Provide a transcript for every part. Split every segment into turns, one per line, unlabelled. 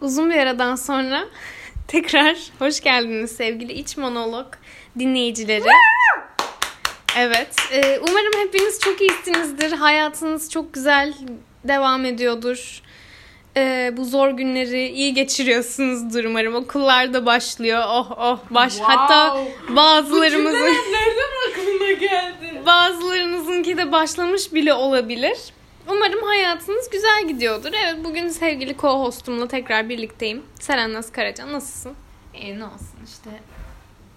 Uzun bir aradan sonra tekrar hoş geldiniz sevgili iç monolog dinleyicileri. Evet. e, umarım hepiniz çok iyisinizdir. Hayatınız çok güzel devam ediyordur. E, bu zor günleri iyi geçiriyorsunuzdur umarım. Okullar da başlıyor. Oh oh baş.
Wow.
Hatta bazılarımızın...
Cümleler nereden aklına geldi?
Bazılarınızınki de başlamış bile olabilir. Umarım hayatınız güzel gidiyordur. Evet bugün sevgili co-hostumla tekrar birlikteyim. Seren Naz Karaca nasılsın?
E ne olsun işte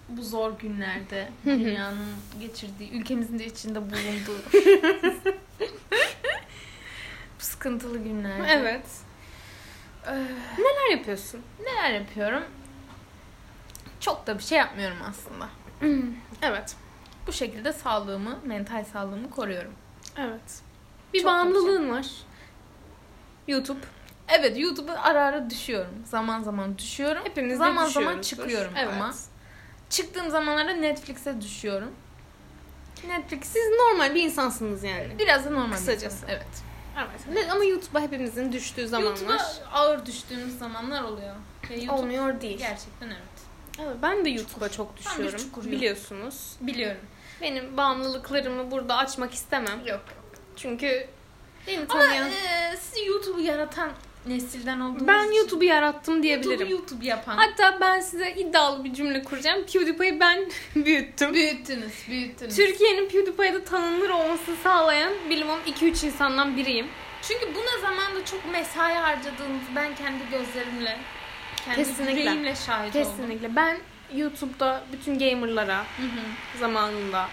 bu zor günlerde dünyanın geçirdiği, ülkemizin de içinde bulunduğu bu sıkıntılı günlerde.
Evet.
Ee,
Neler yapıyorsun?
neler yapıyorum? Çok da bir şey yapmıyorum aslında.
Evet.
Bu şekilde sağlığımı, mental sağlığımı koruyorum.
Evet. Bir
Çok şey
bağımlılığın var.
YouTube. Evet YouTube'a ara ara düşüyorum. Zaman zaman düşüyorum.
Hepimiz de
zaman zaman
düşüyoruzdur.
çıkıyorum
evet.
ama. Çıktığım zamanlarda Netflix'e düşüyorum. Netflix
Siz normal bir insansınız yani.
biraz da normal. bir
Kısacası.
insan. Evet.
Evet. Ne- Ama YouTube'a hepimizin düştüğü zamanlar
YouTube'a ağır düştüğümüz zamanlar oluyor. Ve YouTube
olmuyor değil.
gerçekten evet.
Evet, ben de YouTube'a çok düşüyorum.
çukur yok.
Biliyorsunuz.
Biliyorum.
Benim bağımlılıklarımı burada açmak istemem.
Yok.
Çünkü beni
Ama
tanıyan...
e, siz YouTube'u yaratan nesilden olduğunuz
Ben
için
YouTube'u yarattım
YouTube'u
diyebilirim.
YouTube yapan.
Hatta ben size iddialı bir cümle kuracağım. PewDiePie'yi ben büyüttüm.
Büyüttünüz, büyüttünüz.
Türkiye'nin PewDiePie'de tanınır olmasını sağlayan bilimum 2-3 insandan biriyim.
Çünkü buna zamanda çok mesai harcadığınızı ben kendi gözlerimle, kendi
Kesinlikle.
yüreğimle şahit oldum.
Kesinlikle. Ben YouTube'da bütün gamerlara
Kesinlikle.
zamanında,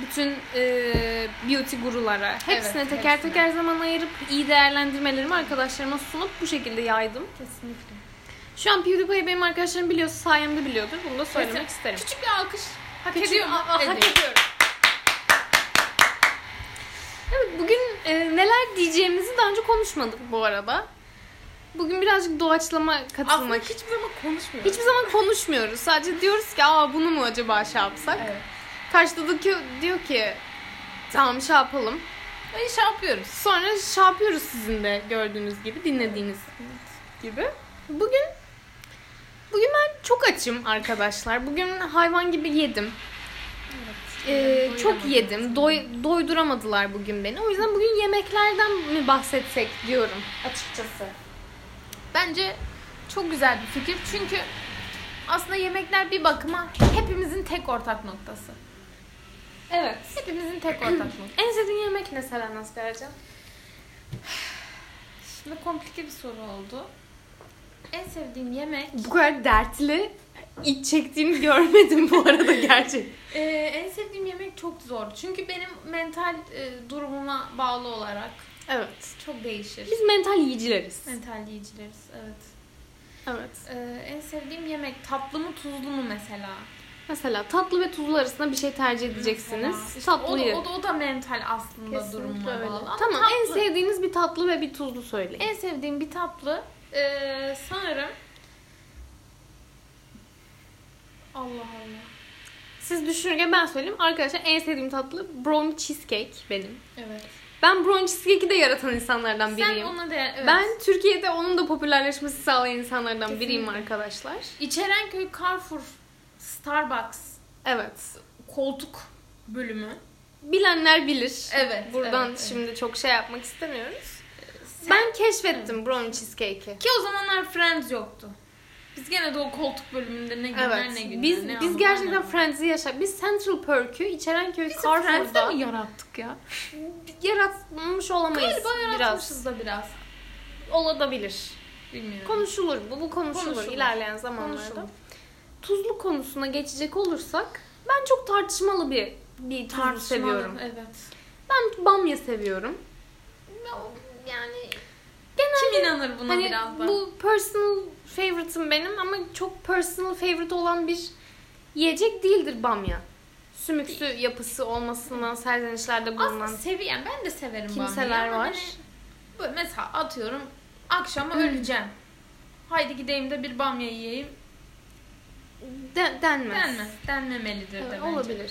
bütün e, beauty gurulara hepsine
Evet,
teker
hepsine.
teker zaman ayırıp iyi değerlendirmelerimi arkadaşlarıma sunup bu şekilde yaydım.
Kesinlikle.
Şu an PewDiePie'yi benim arkadaşlarım biliyorsa sayemde biliyordur. Bunu da söylemek
Kesin.
isterim.
Küçük bir alkış hak
Küçük-
ediyor.
Aa, hak
ediyor.
ediyorum. Evet bugün e, neler diyeceğimizi daha önce konuşmadık bu arada. Bugün birazcık doğaçlama
Aslında
katılmak.
hiçbir zaman konuşmuyoruz.
Hiçbir zaman konuşmuyoruz. Sadece diyoruz ki aa bunu mu acaba şey yapsak?
Evet.
Karşıdaki diyor ki tamam şey yapalım.
Böyle şey yapıyoruz.
Sonra şey yapıyoruz sizin de gördüğünüz gibi, dinlediğiniz gibi. Bugün bugün ben çok açım arkadaşlar. Bugün hayvan gibi yedim. Ee,
Evet,
çok
doyuramadım.
yedim. Doy, doyduramadılar bugün beni. O yüzden bugün yemeklerden mi bahsetsek diyorum açıkçası.
Bence çok güzel bir fikir. Çünkü aslında yemekler bir bakıma hepimizin tek ortak noktası.
Evet.
Hepimizin tek ortak noktası.
En sevdiğin yemek ne Selen Asgarcan?
Şimdi komplike bir soru oldu. En sevdiğim yemek...
Bu kadar dertli iç çektiğini görmedim bu arada gerçek.
Ee, en sevdiğim yemek çok zor. Çünkü benim mental e, durumuma bağlı olarak
Evet.
çok değişir.
Biz mental yiyicileriz.
Mental yiyicileriz, evet.
Evet.
Ee, en sevdiğim yemek tatlı mı tuzlu mu mesela?
Mesela tatlı ve tuzlu arasında bir şey tercih edeceksiniz.
Mesela. İşte o,
Tatlıyı.
da, o, da, o da mental aslında durumuna bağlı. Ama
Tamam en
tatlı-
sevdiğiniz bir tatlı ve bir tuzlu söyleyin.
en sevdiğim bir tatlı
e,
ee, sanırım Allah Allah.
Siz düşünürken ben söyleyeyim. Arkadaşlar en sevdiğim tatlı brownie cheesecake benim.
Evet.
Ben brownie cheesecake'i de yaratan insanlardan
Sen
biriyim.
ona değer. Evet.
Ben Türkiye'de onun da popülerleşmesi sağlayan insanlardan
Kesinlikle.
biriyim arkadaşlar.
İçerenköy Carrefour Starbucks
Evet.
koltuk bölümü.
Bilenler bilir.
Evet,
Buradan
evet, evet.
şimdi çok şey yapmak istemiyoruz.
Sen-
Ben keşfettim brownie cheesecake'i.
ki o zamanlar Friends yoktu. Biz gene de o koltuk bölümünde ne günler
Evet.
ne günler
biz
ne
biz
anlar, ne
gerçekten
anlar.
Friends'i yaşa. Biz Central Perk'ü İçerenköy
Biz Friends'de
Carrefour'da
mi yarattık ya?
yaratmış olamayız
Galiba yaratmışız
biraz.
da biraz.
Olabilir.
Bilmiyorum.
Konuşulur. Bu bu konuşulur,
Konuşulur.
ilerleyen zamanlarda.
Konuşulur.
Tuzlu konusuna geçecek olursak ben çok tartışmalı bir bir tuzlu seviyorum.
Evet.
Ben bamya seviyorum.
Yani genelde kim inanır buna
hani
biraz da?
bu personal favorite'ım benim ama çok personal favorite olan bir yiyecek değildir bamya. Sümüksü yapısı olmasından serzenişlerde
aslında
bulunan
seviyen ben de severim
kimseler
bamyayı ama
var.
hani böyle mesela atıyorum akşama
Hmm.
öleceğim. Haydi gideyim de bir bamya yiyeyim.
De- denmez.
hani Denmez. Denmemelidir
Evet,
de bence.
olabilir.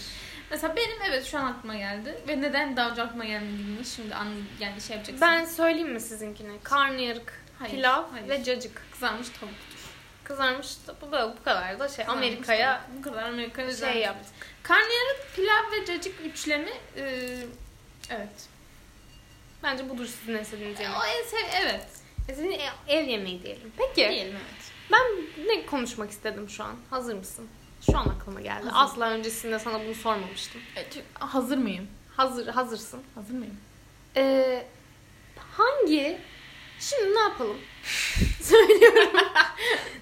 Mesela benim evet şu an aklıma geldi. Ve neden daha önce aklıma gelmediğini şimdi an yani şey yapacaksın.
Ben söyleyeyim mi sizinkine? Karnıyarık.
Hayır,
Pilav
hayır.
ve cacık.
Kızarmış tavuktur.
Kızarmış da bu, bu kadar da şey
Kızarmış
Amerika'ya
tavuk. bu kadar Amerika'ya
şey
özel.
yaptık.
Karnıyarık, pilav ve cacık üçlemi e, evet.
Ee, Bence budur sizin en sevdiğiniz yemek.
O en sev evet.
Sizin ev, ev yemeği diyelim. Peki
Diyelim evet.
ben ne konuşmak istedim şu an? Hazır mısın? Şu an aklıma geldi.
Hazırım.
Asla öncesinde sana bunu sormamıştım.
E, çünkü- hazır mıyım?
Hazır, hazırsın.
Hazır mıyım?
Ee, hangi? Şimdi ne yapalım? Söylüyorum.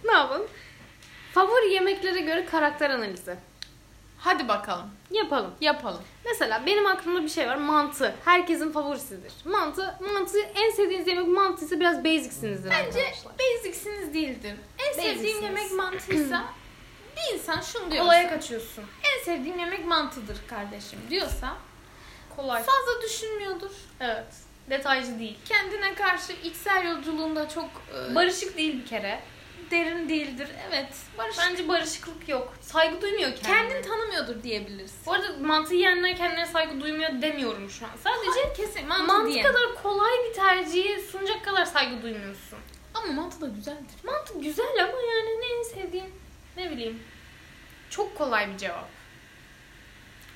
ne yapalım? Favori yemeklere göre karakter analizi.
Hadi bakalım.
Yapalım.
Yapalım.
Mesela benim aklımda bir şey var. Mantı. Herkesin favorisidir. Mantı, mantı en sevdiğiniz yemek mantıysa biraz basicsinizdir
Bence
arkadaşlar.
basicsiniz değildim. En sevdiğim
Basicsiniz.
yemek mantıysa bir insan şunu diyorsa.
Kolaya kaçıyorsun.
En sevdiğim yemek mantıdır kardeşim diyorsa
Kolay.
fazla düşünmüyordur.
Evet. Detaycı değil.
Kendine karşı içsel yolculuğunda çok e,
Barışık değil bir kere.
derin değildir. Evet. Barış.
Bence barışıklık yok. Saygı duymuyor kendine.
kendini tanımıyordur diyebiliriz.
Bu arada mantı yiyenler kendine saygı duymuyor demiyorum şu an. Sadece
Sadece kesin mantı,
mantı
diye.
kadar kolay bir tercihi sunacak kadar saygı duymuyorsun.
Ama mantı da güzeldir.
Mantı güzel ama yani ne en sevdiğin ne bileyim. Çok kolay bir cevap.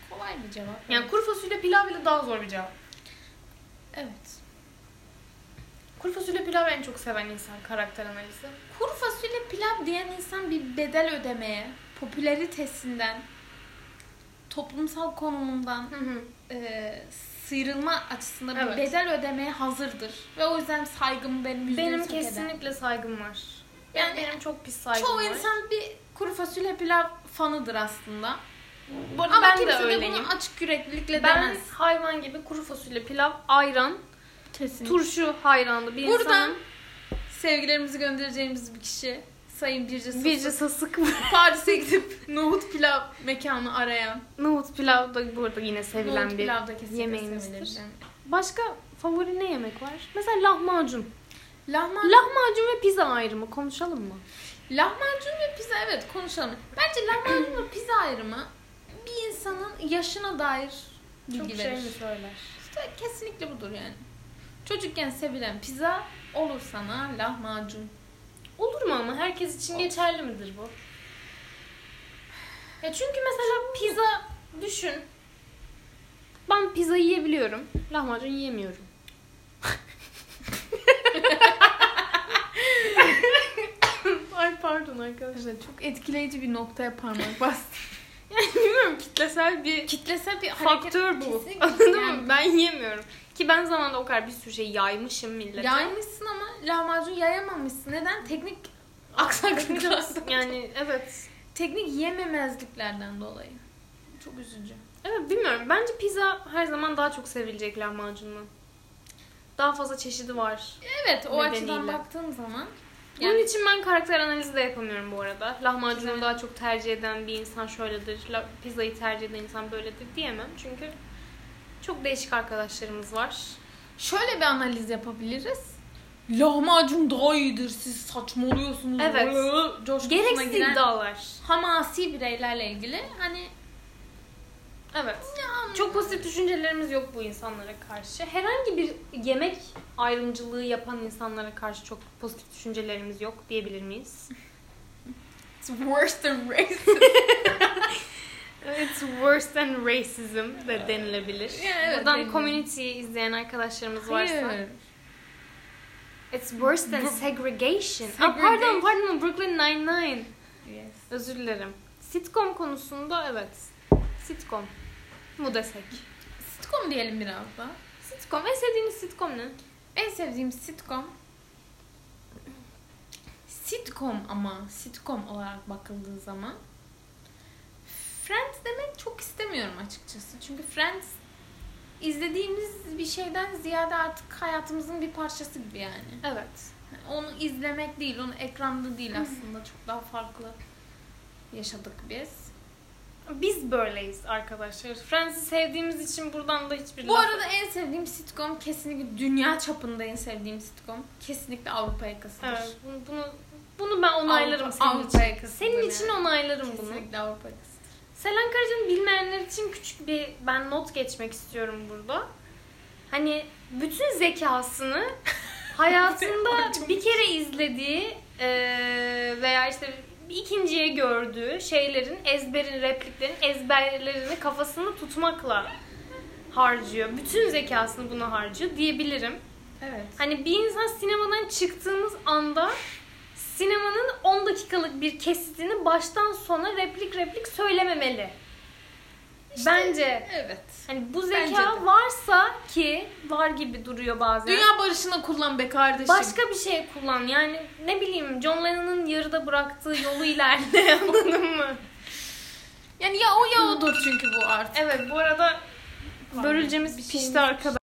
Kolay bir cevap.
Yani kuru fasulye pilav bile daha zor bir cevap.
Evet.
Kuru fasulye pilav en çok seven insan karakter analizi.
Kuru fasulye pilav diyen insan bir bedel ödemeye, popülaritesinden, toplumsal konumundan
Hı hı.
e, sıyrılma açısından bir
Evet.
bedel ödemeye hazırdır. Ve o yüzden saygımı benim yüzüme
Benim
tek eder.
kesinlikle saygım var. Yani,
Yani
benim çok pis saygım
Çoğu
var.
insan bir kuru fasulye pilav fanıdır aslında.
Bu arada
Ama
ben
kimse
de
de,
öyleyim.
bunu açık yüreklilikle
Ben
demez.
hayvan gibi kuru fasulye pilav, ayran,
Kesin.
turşu hayranı bir
Buradan
insanım.
sevgilerimizi göndereceğimiz bir kişi Sayın Birce Sasık.
Birce sasık
Paris'e gidip nohut pilav mekanı arayan.
Nohut pilav da bu arada yine sevilen
nohut
bir
pilav da kesinlikle
yemeğimizdir.
sevilir.
Başka favori ne yemek var? Mesela lahmacun.
Lahmacun,
Lahmacun ve pizza ayrımı konuşalım mı?
lahmacun ve pizza evet konuşalım. Bence lahmacun ve pizza ayrımı bir insanın yaşına dair
şey
bilgi verir.
söyler?
İşte kesinlikle budur yani. Çocukken sevilen pizza olur sana lahmacun.
Olur mu ama herkes için geçerli midir bu? Ya çünkü mesela pizza düşün. Ben pizza yiyebiliyorum. Lahmacun yiyemiyorum. Ay pardon arkadaşlar.
Evet çok etkileyici bir noktaya parmak bastı.
Yani bilmiyorum kitlesel bir
Kitlesel bir
faktör bu.
Kesinlikle
Anladın
yani.
mı? Ben yiyemiyorum. Ki ben zamanında o kadar bir sürü şey yaymışım millete.
Yaymışsın ama lahmacun yayamamışsın. Neden? Teknik aksaklıklar.
yani evet.
Teknik yememezliklerden dolayı. Çok üzücü.
Evet bilmiyorum. Bence pizza her zaman daha çok sevilecek lahmacunla. Daha fazla çeşidi var.
Evet o
Nedeniyle.
açıdan baktığın zaman
Bunun
Yani-
için ben karakter analizi de yapamıyorum bu arada. Lahmacunu daha çok tercih eden bir insan şöyledir, la- pizzayı tercih eden insan böyledir diyemem. Çünkü çok değişik arkadaşlarımız var.
şöyle bir analiz yapabiliriz. Lahmacun daha iyidir siz saçmalıyorsunuz.
Evet.
Iıı, Coşkusuna
Gereksiz
giren
iddialar.
Hamasi bireylerle ilgili hani
Evet.
ya,
Çok pozitif düşüncelerimiz yok bu insanlara karşı. Herhangi bir yemek ayrımcılığı yapan insanlara karşı çok pozitif düşüncelerimiz yok diyebilir miyiz?
It's worse than racist.
It's worse than racism de denilebilir.
Yani evet,
Buradan
denilebilir.
community izleyen arkadaşlarımız varsa.
Hayır.
It's worse than segregation.
Segregation.
Ah pardon pardon Brooklyn Nine-Nine.
Yes.
Özür dilerim. Sitcom konusunda evet. Sitcom. Mu desek.
Sitcom diyelim biraz da.
Sitcom. En sevdiğiniz sitcom ne?
En sevdiğim sitcom sitcom ama sitcom olarak bakıldığı zaman Friends demek çok istemiyorum açıkçası. Çünkü Friends izlediğimiz bir şeyden ziyade artık hayatımızın bir parçası gibi yani.
Evet.
Yani Onu izlemek değil, onu ekranda değil aslında. Çok daha farklı yaşadık biz.
Biz böyleyiz arkadaşlar. Friends'i sevdiğimiz için buradan da hiçbir
Bu
laf-
arada en sevdiğim sitcom kesinlikle dünya çapında en sevdiğim sitcom kesinlikle Avrupa yakasıdır.
Evet, bunu, bunu, bunu ben onaylarım
Avrupa-
senin
Avrupa
için.
yakasıdır
Senin
yani.
için onaylarım bunu.
Kesinlikle Avrupa yakası.
Selen Karaca'nın bilmeyenler için küçük bir ben not geçmek istiyorum burada. Hani bütün zekasını hayatında bir kere izlediği e, veya işte ikinciye gördüğü şeylerin ezberin repliklerin ezberlerini kafasında tutmakla harcıyor. Bütün zekasını buna harcıyor diyebilirim.
Evet.
Hani bir insan sinemadan çıktığımız anda sinemanın 10 dakikalık bir kesitini baştan sona replik replik söylememeli. Bence
Evet.
hani bu
Bence
zeka
de.
varsa ki var gibi duruyor bazen.
Dünya barışına kullan be kardeşim.
Başka bir şey kullan. Yani ne bileyim John Lennon'ın yarıda bıraktığı yolu ilerle anladın mı?
Yani ya o ya odur çünkü bu artık.
Evet bu arada börülcemiz
Bir
pişti
şeyimiz-
arkadaşlar.